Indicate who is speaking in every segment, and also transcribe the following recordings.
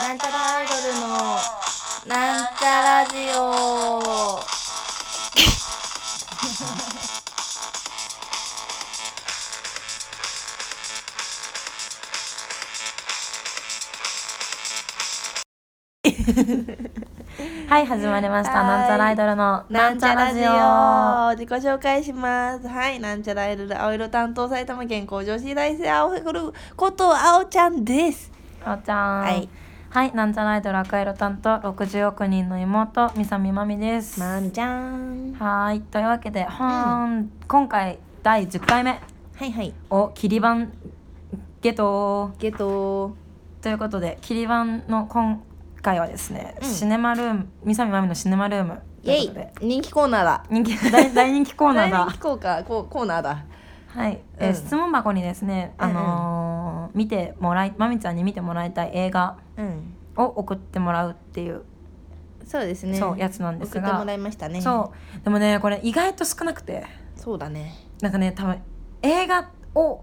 Speaker 1: なんちゃらアイドルのなんちゃラジ オ
Speaker 2: はい、始まりました。
Speaker 1: はい
Speaker 2: なんちゃらアイドルのなんちゃラジオ。
Speaker 1: オ自己紹介しますはいなんちゃらアイドル青色担当埼玉県工場市大生青色こと青ちゃんです
Speaker 2: あおちゃん。
Speaker 1: はい。
Speaker 2: はい、なんちゃらアイドル赤色担当60億人の妹、みさみまみです。
Speaker 1: ま
Speaker 2: は
Speaker 1: みちゃん
Speaker 2: ーい、というわけで、ほーん、今回第10回目
Speaker 1: はいはい
Speaker 2: をキリバンゲト
Speaker 1: ゲト
Speaker 2: ということで、キリバンの今回はですね、
Speaker 1: うん
Speaker 2: シネマルーム、みさみまみのシネマルーム
Speaker 1: イ
Speaker 2: と
Speaker 1: ェ
Speaker 2: いうことで
Speaker 1: イ、人気コーナーだ
Speaker 2: 人気大大人気コーナー
Speaker 1: 大
Speaker 2: だ
Speaker 1: 人気。コーナーコーコーナーだ
Speaker 2: はい、えー
Speaker 1: うん
Speaker 2: 質問箱にですね、あのー見てもらいまみちゃんに見てもらいたい映画
Speaker 1: うん
Speaker 2: を送ってもらうっていう、
Speaker 1: そうですね
Speaker 2: そうやつなんです
Speaker 1: 送
Speaker 2: が
Speaker 1: ってもらいましたね
Speaker 2: そうでもねこれ意外と少なくて
Speaker 1: そうだね
Speaker 2: なんかね多分映画を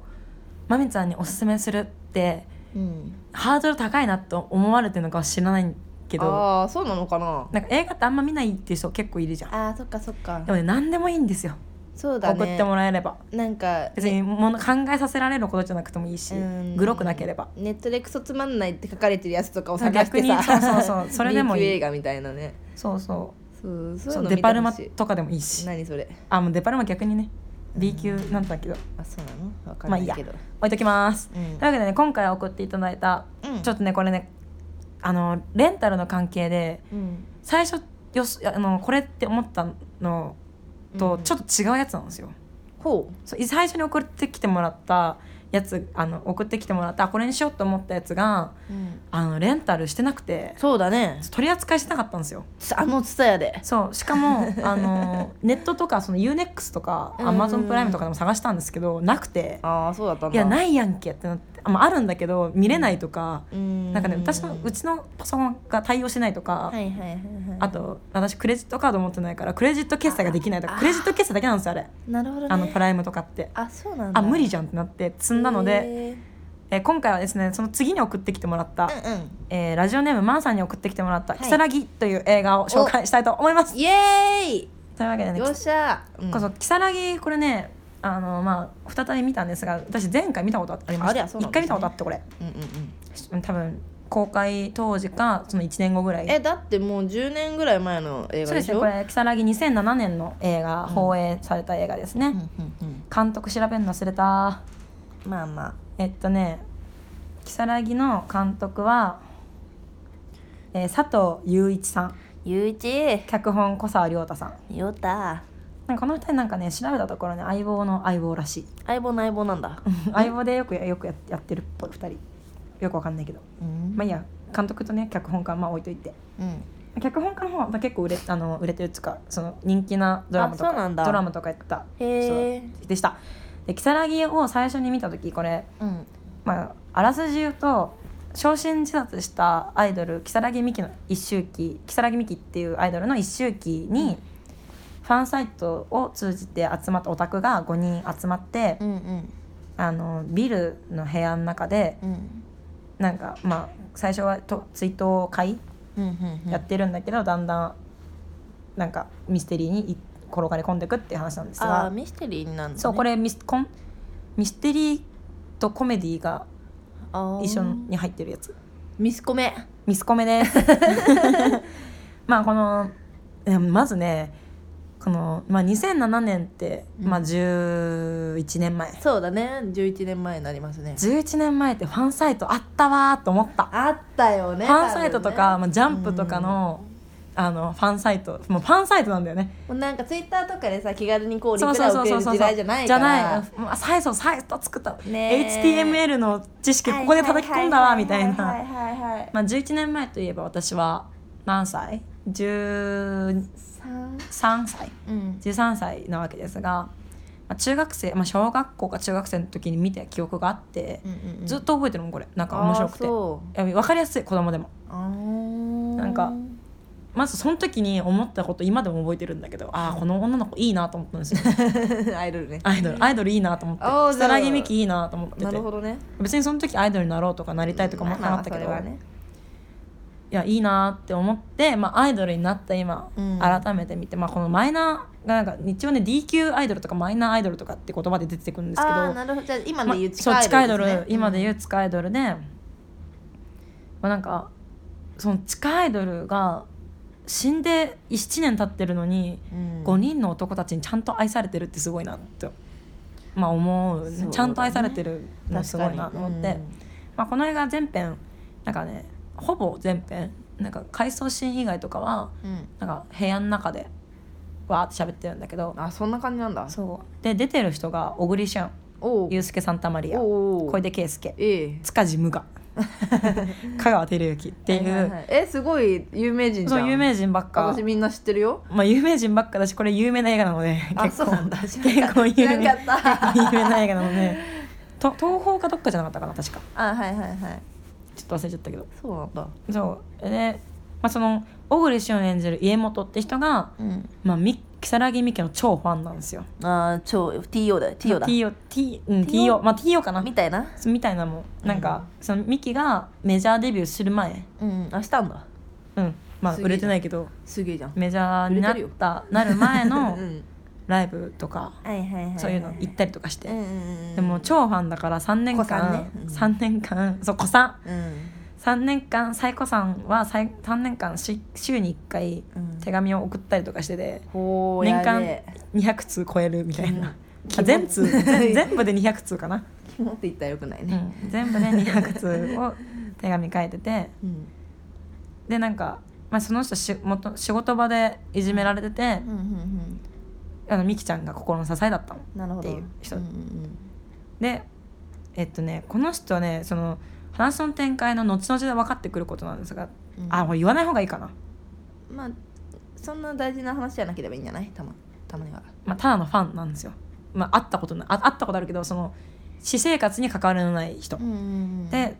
Speaker 2: まみちゃんにおすすめするって
Speaker 1: うん
Speaker 2: ハードル高いなと思われてるのかは知らないけど
Speaker 1: ああそうなのかな
Speaker 2: なんか映画ってあんま見ないっていう人結構いるじゃん
Speaker 1: あーそっかそっか
Speaker 2: でもね何でもいいんですよ、
Speaker 1: そうだね
Speaker 2: 送ってもらえれば
Speaker 1: なんか
Speaker 2: 別にもの考えさせられることじゃなくてもいいし
Speaker 1: うん
Speaker 2: グロくなければ
Speaker 1: ネットでクソつまんないって書かれてるやつとかを探して
Speaker 2: 逆
Speaker 1: さ
Speaker 2: にそうそう そうそれでもいい
Speaker 1: B 級映画みたいなね
Speaker 2: そうそう
Speaker 1: そうそうい
Speaker 2: そうう
Speaker 1: の
Speaker 2: デ
Speaker 1: 見
Speaker 2: パ
Speaker 1: た
Speaker 2: ルマ
Speaker 1: ほしい
Speaker 2: とかでもいいし
Speaker 1: 何それ
Speaker 2: あもうデパルマ逆にね B 級なんだけど
Speaker 1: あそうなのわかん
Speaker 2: まあ
Speaker 1: ない
Speaker 2: い
Speaker 1: い
Speaker 2: や
Speaker 1: けど、
Speaker 2: 置いときます
Speaker 1: う
Speaker 2: とい
Speaker 1: ん
Speaker 2: うわけでね今回送っていただいた
Speaker 1: うん
Speaker 2: ちょっとねこれねあのレンタルの関係で
Speaker 1: うん
Speaker 2: 最初よすあのこれって思ったのとちょっと違うやつなんですよ、
Speaker 1: ほ
Speaker 2: そうい最初に送ってきてもらったやつあの送ってきてもらったあこれにしようと思ったやつが
Speaker 1: う、うん、
Speaker 2: あのレンタルしてなくて
Speaker 1: そうだね
Speaker 2: 取り扱いしてなかったんですよ
Speaker 1: あのツタヤで
Speaker 2: そうしかもあのネットとかその UNEX とか
Speaker 1: うんうん
Speaker 2: Amazon プライムとかでも探したんですけどなくて
Speaker 1: ああそうだったん
Speaker 2: い
Speaker 1: だ
Speaker 2: やないやんけってなってあ,、まあ、あるんだけど見れないとか、
Speaker 1: うん
Speaker 2: なんかね私のうちのパソコンが対応してないとか、
Speaker 1: はいはいはいはい
Speaker 2: あと私クレジットカード持ってないからクレジット決済ができないとか
Speaker 1: あ
Speaker 2: クレジット決済だけなんですよあれ
Speaker 1: なるほどね
Speaker 2: あのプライムとかって。
Speaker 1: あそうなんだ
Speaker 2: あ無理じゃんってなって積んだので、
Speaker 1: へー
Speaker 2: えー今回はですねその次に送ってきてもらっ
Speaker 1: う
Speaker 2: た、
Speaker 1: んうん
Speaker 2: えーラジオネームマンさんに送ってきてもらった
Speaker 1: は
Speaker 2: 「
Speaker 1: い
Speaker 2: 如月、という映画を紹介したいと思います。
Speaker 1: イエーイ
Speaker 2: というわけでね
Speaker 1: よっしゃ、うん
Speaker 2: こそ如月これねあのまあ再び見たんですが私前回見たことありま
Speaker 1: あ
Speaker 2: し
Speaker 1: り
Speaker 2: た
Speaker 1: ゃ
Speaker 2: 一、
Speaker 1: そうなんです
Speaker 2: 回
Speaker 1: ね
Speaker 2: 見たことあってこれ
Speaker 1: うんうんうん
Speaker 2: 多分公開当時かその1年後ぐらい
Speaker 1: えだってもう10年ぐらい前の映
Speaker 2: そ
Speaker 1: 画で
Speaker 2: うです
Speaker 1: し
Speaker 2: ね
Speaker 1: ょ
Speaker 2: これ如月2007年の映画、
Speaker 1: うん
Speaker 2: 放映された映画ですね、
Speaker 1: うんうん
Speaker 2: 監督調べるの忘れた
Speaker 1: うんまあまあ
Speaker 2: えっとね如月の監督は、えー佐藤雄一さん
Speaker 1: ゆういち
Speaker 2: 脚本小沢亮太さん
Speaker 1: よた
Speaker 2: なんかこの2人なんかね調べたところね相棒の相棒らしい
Speaker 1: 相棒の相棒なんだ
Speaker 2: 相棒でよくやよくややってるっぽい2人よくわかんないけど
Speaker 1: うん
Speaker 2: まあいいや監督とね脚本家はまあ置いといて
Speaker 1: うん
Speaker 2: 脚本家の方はまあ結構売れあの売れてるっつうかその人気なドラマと
Speaker 1: あそう
Speaker 2: か
Speaker 1: なんだ
Speaker 2: ドラマとかやってた
Speaker 1: へえ
Speaker 2: そうでしたで如月を最初に見た時これ、
Speaker 1: うん
Speaker 2: まあ、あらすじ言うと昇進自殺したアイドル如月美紀の一周期如月美紀っていうアイドルの一周期にファンサイトを通じて集まったオタクが5人集まって、
Speaker 1: うんうん
Speaker 2: あのビルの部屋の中で
Speaker 1: うん
Speaker 2: なんかまあ最初はと追悼会
Speaker 1: うんうん
Speaker 2: やってるんだけど、だんだんなんかミステリーにい転がり込んでくっていう話なんです
Speaker 1: あー
Speaker 2: が、
Speaker 1: ミステリーになるのね
Speaker 2: そうこれミスコンミステリーとコメディが
Speaker 1: あー
Speaker 2: 一緒に入ってるやつ
Speaker 1: ミスコメ
Speaker 2: ミスコ メです まあこのえまずねこの、まあ、2007年って、
Speaker 1: うん
Speaker 2: まあ、11年前
Speaker 1: そうだね11年前になりますね
Speaker 2: 11年前ってファンサイトあったわーと思った
Speaker 1: あったよね
Speaker 2: ファンサイト
Speaker 1: 多
Speaker 2: と
Speaker 1: 分ね
Speaker 2: か、まあ、ジャンプとかの,、あのファンサイトもうファンサイトなんだよね
Speaker 1: もうなんかツイッターとかでさ気軽にこうリ
Speaker 2: そう
Speaker 1: プ
Speaker 2: そ
Speaker 1: ラ
Speaker 2: う
Speaker 1: イ送れ
Speaker 2: そうそう
Speaker 1: る
Speaker 2: そう
Speaker 1: 時代じゃない
Speaker 2: じ
Speaker 1: か
Speaker 2: ゃ
Speaker 1: ら
Speaker 2: ないまあサイトサイト作った、
Speaker 1: ねえ
Speaker 2: HTML の知識ここで叩き込んだわみたい
Speaker 1: はい
Speaker 2: な
Speaker 1: はいはいはいはい
Speaker 2: まあ11年前といえば私は何歳 ?13
Speaker 1: 三
Speaker 2: 歳
Speaker 1: うん
Speaker 2: 13歳なわけですが、まあ、中学生、まあ、小学校か中学生の時に見た記憶があって、ずっと覚えてるもんこれなんか面白くて
Speaker 1: あーそ
Speaker 2: いや分かりやすい子供でも
Speaker 1: うあー
Speaker 2: なんかまずその時に思ったこと今でも覚えてるんだけどああこの女の子いいなと思ったんですよ
Speaker 1: アイドルね
Speaker 2: アイドルアイドルいいなと思って
Speaker 1: おーじゃ
Speaker 2: 草
Speaker 1: あ
Speaker 2: 薙美紀いいなと思って
Speaker 1: な
Speaker 2: て
Speaker 1: るほどね
Speaker 2: 別にその時アイドルになろうとかなりたいとかもなかったけ
Speaker 1: まあ
Speaker 2: ど、
Speaker 1: まあそれはね
Speaker 2: いやいいなって思って、まあ、アイドルになった今、
Speaker 1: うん
Speaker 2: 改めて見て、まあ、このマイナーがなんか一応ね D 級アイドルとかマイナーアイドルとかって言葉で出てくるんですけど
Speaker 1: ああなるほどじゃあ今で言う
Speaker 2: まあそう地下アイドル、
Speaker 1: ですね
Speaker 2: 今で言う地下アイドルで、まあ、なんかその地下アイドルが死んで7年経ってるのに、
Speaker 1: うん
Speaker 2: 5人の男たちにちゃんと愛されてるってすごいなって、まあ、思うね
Speaker 1: そうだね
Speaker 2: ちゃんと愛されてるのすごいな
Speaker 1: 確か
Speaker 2: と
Speaker 1: に
Speaker 2: 思って、まあ、この映画全編なんかねほぼ全編なんか回想シーン以外とかは
Speaker 1: うんうん
Speaker 2: なんか部屋の中でわーって喋ってるんだけど
Speaker 1: あそんな感じなんだ
Speaker 2: そうで出てる人が小栗旬
Speaker 1: おう
Speaker 2: ユースケ・サンタマリア
Speaker 1: おう
Speaker 2: 小出圭介
Speaker 1: ええ
Speaker 2: 塚地 無我香川照之っていう、
Speaker 1: はいはいはいえすごい有名人じゃん
Speaker 2: そう有名人ばっか
Speaker 1: 私、みんな知ってるよ
Speaker 2: まあ、有名人ばっかだしこれ有名な映画なので
Speaker 1: あ
Speaker 2: 結
Speaker 1: そう
Speaker 2: 構
Speaker 1: なんだ
Speaker 2: 結構有名
Speaker 1: 知らんかった
Speaker 2: 有名な映画なのでと東宝かどっかじゃなかったかな確か
Speaker 1: あはいはいはい
Speaker 2: ちょっと忘れちゃったけど
Speaker 1: そうなんだ
Speaker 2: そうで、まあ、その小栗旬演じる家元って人が、
Speaker 1: うん
Speaker 2: まあ、み如月美家の超ファンなんですよ
Speaker 1: あー超 TO だよ TO だ
Speaker 2: TO, T うん、
Speaker 1: TO
Speaker 2: TO まあ TO かな
Speaker 1: みたいな
Speaker 2: みたいなもんなんか、そのミキがメジャーデビューする前
Speaker 1: うんあしたんだ
Speaker 2: うんまあ
Speaker 1: すげえ
Speaker 2: 売れてないけど
Speaker 1: すげえじゃん
Speaker 2: メジャーにな
Speaker 1: 売れ
Speaker 2: って
Speaker 1: る
Speaker 2: たなる 前
Speaker 1: う
Speaker 2: の
Speaker 1: ん
Speaker 2: ライブとか
Speaker 1: はいはいはいは
Speaker 2: そういうの行ったりとかし
Speaker 1: うんう
Speaker 2: て
Speaker 1: んうん
Speaker 2: でも超ファンだから3年
Speaker 1: 子さんね
Speaker 2: 間
Speaker 1: うん
Speaker 2: 3年間そう子さん
Speaker 1: うん
Speaker 2: 3年間サイコさんはさい3年間し週に1回
Speaker 1: うん
Speaker 2: 手紙を送ったりとかしてて
Speaker 1: ほう
Speaker 2: 年
Speaker 1: やべ
Speaker 2: 間
Speaker 1: え
Speaker 2: 200通超えるみたいな
Speaker 1: 気
Speaker 2: あ
Speaker 1: 持
Speaker 2: 全通全全部で200通かな、
Speaker 1: 気持って言ったらよくないうね
Speaker 2: ん全部で200通を手紙書いてて
Speaker 1: うん
Speaker 2: でなんか、まあ、その人しもと仕事場でいじめられてて
Speaker 1: うんうんうん
Speaker 2: あのミキちゃんが心の支えだったの。
Speaker 1: なるほど
Speaker 2: っていう人
Speaker 1: うんうん
Speaker 2: でえっとねこの人はねその話の展開の後々で分かってくることなんですが、
Speaker 1: うん
Speaker 2: あもう言わない方がいいかな、
Speaker 1: うんまあそんな大事な話じゃなければいいんじゃないたまたまには
Speaker 2: まあ、ただのファンなんですよ、まあ、会ったことないあ会ったことあるけどその私生活に関わりのない人、
Speaker 1: うんうんうん
Speaker 2: で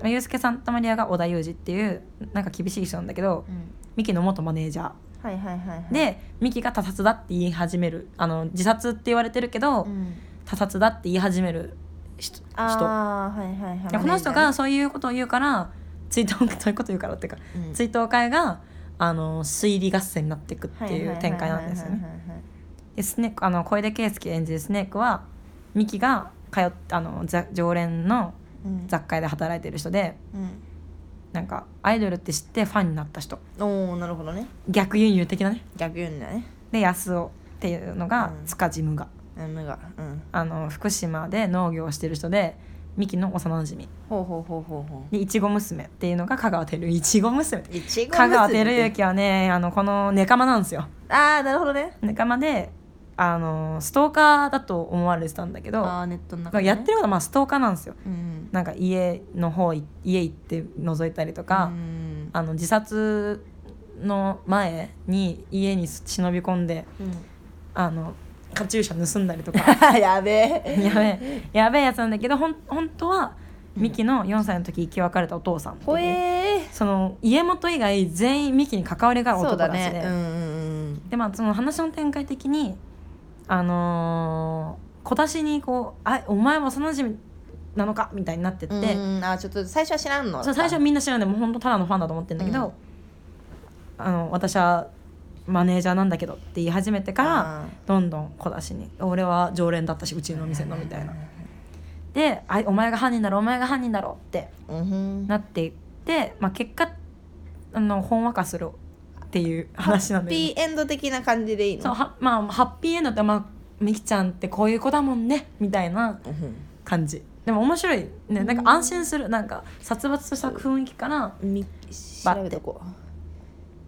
Speaker 2: まあユースケ・サンタマリアが織田裕二っていうなんか厳しい人なんだけど
Speaker 1: うん
Speaker 2: ミキの元マネージャ
Speaker 1: はいはいはいはい
Speaker 2: ーでミキが他殺だって言い始めるあの自殺って言われてるけど、
Speaker 1: うん
Speaker 2: 他殺だって言い始める人人
Speaker 1: あーはいはいはい
Speaker 2: でこの人が、そういうことを言うから追悼会そういうこと言うからっていうか
Speaker 1: うん
Speaker 2: 追悼会があの推理合戦になっていくっていう展開なんですよね。でスネークあの小出圭介演じるスネークはミキが通っあのざ常連の雑貨屋で働いてる人でなんかアイドルって知ってファンになった人
Speaker 1: おおなるほどね
Speaker 2: 逆輸入的なね。
Speaker 1: 逆言うんだね
Speaker 2: で安尾っていうのが
Speaker 1: うん
Speaker 2: 塚地無が、
Speaker 1: うん無がうん
Speaker 2: あの福島で農業をしてる人でミキの幼なじみ
Speaker 1: ほうほうほうほうほ
Speaker 2: でいちご娘っていうのが香川照之いちご娘
Speaker 1: ういちご
Speaker 2: 香川照
Speaker 1: 娘
Speaker 2: 之はねあのこのネカマなんですよ
Speaker 1: ああなるほどね
Speaker 2: ネカマであのストーカーだと思われてたんだけど、
Speaker 1: ああネットの
Speaker 2: ま
Speaker 1: 中
Speaker 2: あ
Speaker 1: でね
Speaker 2: やってることはまあストーカーなんですよ
Speaker 1: うん
Speaker 2: なんか家の方い家行って覗いたりとか、
Speaker 1: うん
Speaker 2: あの自殺の前に家に忍び込んで
Speaker 1: うん
Speaker 2: あのカチューシャ盗んだりと か
Speaker 1: やべえ
Speaker 2: やべえやべえやつなんだけどほん本当はミキの4歳の時生き別れたお父さんっていう
Speaker 1: ほえー
Speaker 2: その家元以外全員ミキに関わりがある
Speaker 1: そ
Speaker 2: 男
Speaker 1: うだ
Speaker 2: たちで、
Speaker 1: ねうんうん
Speaker 2: でまあその話の展開的にあのー小出しにこう「あお前も幼馴染なのか」みたいになってって、
Speaker 1: うんうんあーちょっと最初は知らんの
Speaker 2: そう最初はみんな知らんでもう本当ただのファンだと思ってるんだけど、あの私はマネージャーなんだけどって言い始めてから
Speaker 1: あ
Speaker 2: どんどん小出しに「俺は常連だったしうちのお店の」みたいな。であ「お前が犯人だろお前が犯人だろ」って
Speaker 1: うんふん
Speaker 2: なっていって、まあ、結果あのほんわかするっていう話なんだけど
Speaker 1: ピーエンド的な感じでいいの
Speaker 2: そうはまあハッピーエンドってまあみきちゃんってこういう子だもんねみたいな
Speaker 1: うんふん
Speaker 2: 感じでも面白いねなんか安心するなんか殺伐とした雰囲気から
Speaker 1: み調べとこ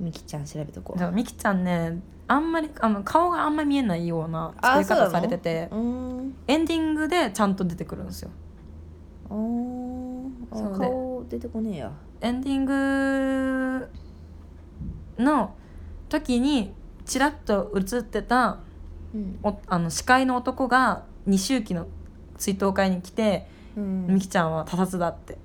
Speaker 1: うみきちゃん調べとこう
Speaker 2: そうみきちゃんねあんまりあの顔があんまり見えないような作り
Speaker 1: あそうな
Speaker 2: 方
Speaker 1: の
Speaker 2: されてて
Speaker 1: うーん
Speaker 2: エンディングでちゃんと出てくるんですよ
Speaker 1: お
Speaker 2: そう
Speaker 1: ーあ
Speaker 2: ね
Speaker 1: 顔出てこねえや
Speaker 2: エンディングの時にちらっと映ってた
Speaker 1: うん
Speaker 2: おあの司会の男が二周期の追悼会に来て、
Speaker 1: うん
Speaker 2: みきちゃんは他殺だって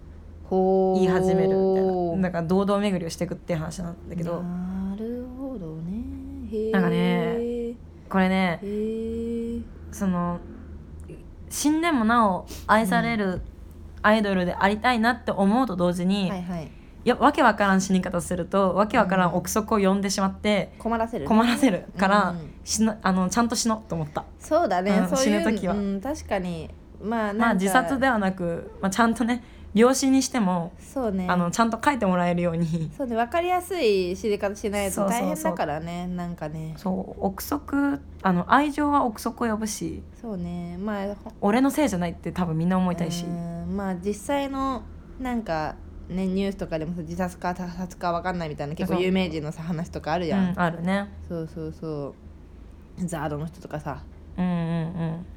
Speaker 1: ほー
Speaker 2: 言い始めるみたいななんか堂々巡りをしていくっていう話なんだけど
Speaker 1: なるほどねへえ
Speaker 2: なんかね
Speaker 1: へ
Speaker 2: これね
Speaker 1: え
Speaker 2: その死んでもなお愛されるアイドルでありたいなって思うと同時に、
Speaker 1: はいはい
Speaker 2: やわけわからん死に方するとわけわからん憶測を呼んでしまって
Speaker 1: 困らせる
Speaker 2: 困らせるから、
Speaker 1: うん
Speaker 2: 死なあのちゃんと死のうと思った
Speaker 1: そうだね、
Speaker 2: うん
Speaker 1: そういう
Speaker 2: 死ぬ時は
Speaker 1: うん、確かにまあなんか
Speaker 2: まあ自殺ではなく、まあ、ちゃんとね病死にしても、
Speaker 1: そうね
Speaker 2: あのちゃんと書いてもらえるよ うに
Speaker 1: そうね分かりやすい知り方しない
Speaker 2: そ
Speaker 1: と
Speaker 2: うそう
Speaker 1: 大
Speaker 2: そ
Speaker 1: 変
Speaker 2: う
Speaker 1: だからねなんかね
Speaker 2: そう憶測あの愛情は憶測を呼ぶし
Speaker 1: そうねまあほ
Speaker 2: 俺のせいじゃないって多分みんな思いたいし、
Speaker 1: うんまあ実際のなんかねニュースとかでもさ自殺か他殺か分かんないみたいな結構
Speaker 2: そう
Speaker 1: 有名人のさ話とかあるじ
Speaker 2: う
Speaker 1: ゃん、
Speaker 2: んあるね
Speaker 1: そうそうそうザードの人とかさ
Speaker 2: うんうんう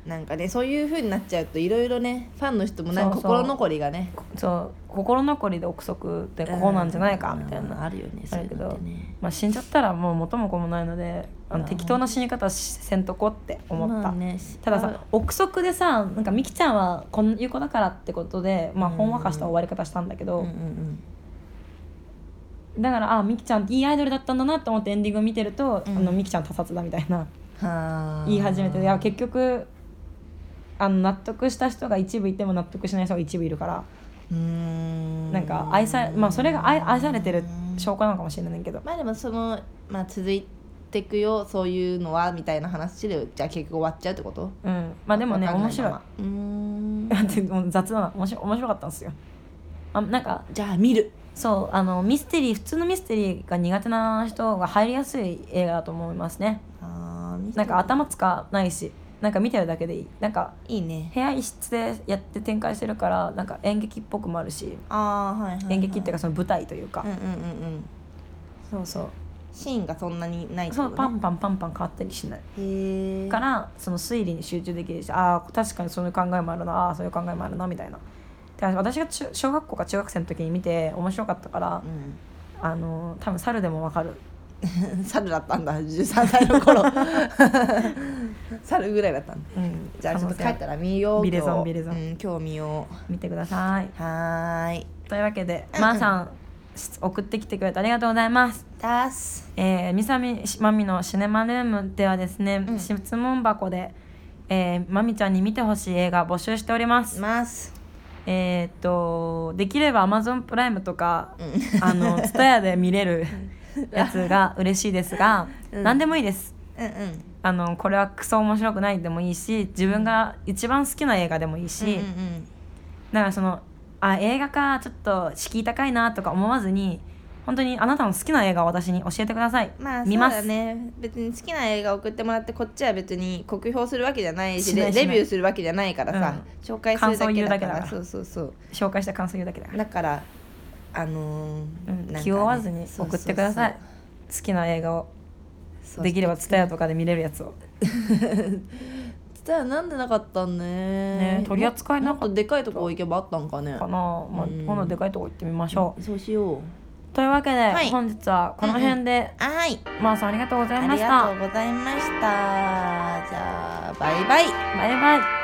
Speaker 2: ん
Speaker 1: なんかねそういう風になっちゃうといろいろねファンの人もなんか
Speaker 2: そうそう
Speaker 1: 心残りがね
Speaker 2: そう心残りで憶測ってこうなんじゃないかみたいな、
Speaker 1: うんあるよねそういうのってね
Speaker 2: まあ、死んじゃったらもう元も子もないのであ
Speaker 1: う
Speaker 2: の
Speaker 1: ん
Speaker 2: 適当な死に方しせんとこって思った、
Speaker 1: まあね
Speaker 2: たださ憶測でさなんかミキちゃんはこういう子だからってことで、まあ、
Speaker 1: うん
Speaker 2: ほんわかした終わり方したんだけ
Speaker 1: うん
Speaker 2: ど
Speaker 1: う、ん
Speaker 2: だからあミキちゃんいいアイドルだったんだなと思ってエンディング見てると、
Speaker 1: うん
Speaker 2: あのミキちゃん他殺だみたい
Speaker 1: う
Speaker 2: な
Speaker 1: んはあ
Speaker 2: 言い始めていや結局あの納得した人が一部いても納得しない人が一部いるから
Speaker 1: うーん
Speaker 2: なんか愛され、まあ、それが愛愛されてる証拠なのかもしれないけど
Speaker 1: まあでもその、まあ、続いていくよそういうのはみたいな話でじゃあ結局終わっちゃうってこと
Speaker 2: うん、まあでもね
Speaker 1: わかんな
Speaker 2: 面白い
Speaker 1: ままうー ん
Speaker 2: だってもう雑だな面白面白かったんですよあなんか
Speaker 1: じゃあ見る
Speaker 2: そうあのミステリー普通のミステリーが苦手な人が入りやすい映画だと思いますね
Speaker 1: あー
Speaker 2: なんか頭使わないしなんか見てるだけでいいなんか
Speaker 1: いいね
Speaker 2: 部屋一室でやって展開してるからなんか演劇っぽくもあるし
Speaker 1: ああはいはい、はい、
Speaker 2: 演劇っていうかその舞台というか、
Speaker 1: うんうんうんうん
Speaker 2: そうそ
Speaker 1: シーンがそんなにないうって
Speaker 2: そ
Speaker 1: こ
Speaker 2: う
Speaker 1: と
Speaker 2: パ
Speaker 1: ね
Speaker 2: ンパンパンパン変わったりしない
Speaker 1: へえ
Speaker 2: からその推理に集中できるしああ確かにそういう考えもあるなああーそういう考えもあるなみたいなで私が中小学校か中学生の時に見て面白かったから、あの多分猿でもわかる
Speaker 1: うん、猿だったんだ13歳の 頃猿ぐらいだったんだ
Speaker 2: うん
Speaker 1: じゃあちょっと帰
Speaker 2: 可能性
Speaker 1: ったら見よう
Speaker 2: ビレゾン
Speaker 1: 今日
Speaker 2: ビレゾン
Speaker 1: うん、今日見よ
Speaker 2: 見てくださいう
Speaker 1: はーい
Speaker 2: というわけでまー、さんし送ってきてくれてありがとうございます
Speaker 1: ダース
Speaker 2: えー、みさみしまみのシネマルームではですね、
Speaker 1: うん
Speaker 2: 質問箱で、えー、まみちゃんに見てほしい映画募集しております、
Speaker 1: ます
Speaker 2: えーっとできれば Amazon プライム とか、
Speaker 1: うん
Speaker 2: あの TSUTAYA で見れるやつが嬉しいですが、
Speaker 1: うん
Speaker 2: 何でもいいです
Speaker 1: うんうん
Speaker 2: あのこれはクソ面白くないでもいいし自分が一番好きな映画でもいいし、
Speaker 1: うんうん
Speaker 2: だからそのあ映画かちょっと敷居高いなとか思わずに本当にあなたの好きな映画を私に教えてください、
Speaker 1: まあ
Speaker 2: 見ます
Speaker 1: そうだね別に好きな映画送ってもらってこっちは別に酷評するわけじゃないし
Speaker 2: しない
Speaker 1: レ
Speaker 2: しない
Speaker 1: レビューするわけじゃないからさ、紹介するだ
Speaker 2: 感想
Speaker 1: け
Speaker 2: 言う
Speaker 1: だか
Speaker 2: だけだ
Speaker 1: ら
Speaker 2: から
Speaker 1: そうそうそう
Speaker 2: 紹介した感想言うだけだから、
Speaker 1: だからあのー
Speaker 2: うん
Speaker 1: なんかね
Speaker 2: 気負わずに送ってください
Speaker 1: そう
Speaker 2: 好きな映画を
Speaker 1: そうそう
Speaker 2: できれば TSUTAYA とかで見れるやつを
Speaker 1: じゃあなんでなかったんね
Speaker 2: ね取り扱いなかっ
Speaker 1: も
Speaker 2: た
Speaker 1: っとでかいとこ行けばあったんかね
Speaker 2: かな、まあ、
Speaker 1: うん
Speaker 2: 今度でかいとこ行ってみましょう、
Speaker 1: そうしよう
Speaker 2: というわけで、
Speaker 1: はい
Speaker 2: 本日はこの辺で、
Speaker 1: はい
Speaker 2: まーさんありがとうござい
Speaker 1: あ
Speaker 2: ま
Speaker 1: り
Speaker 2: した
Speaker 1: がとうございましたじゃあバイバイ
Speaker 2: バイバイ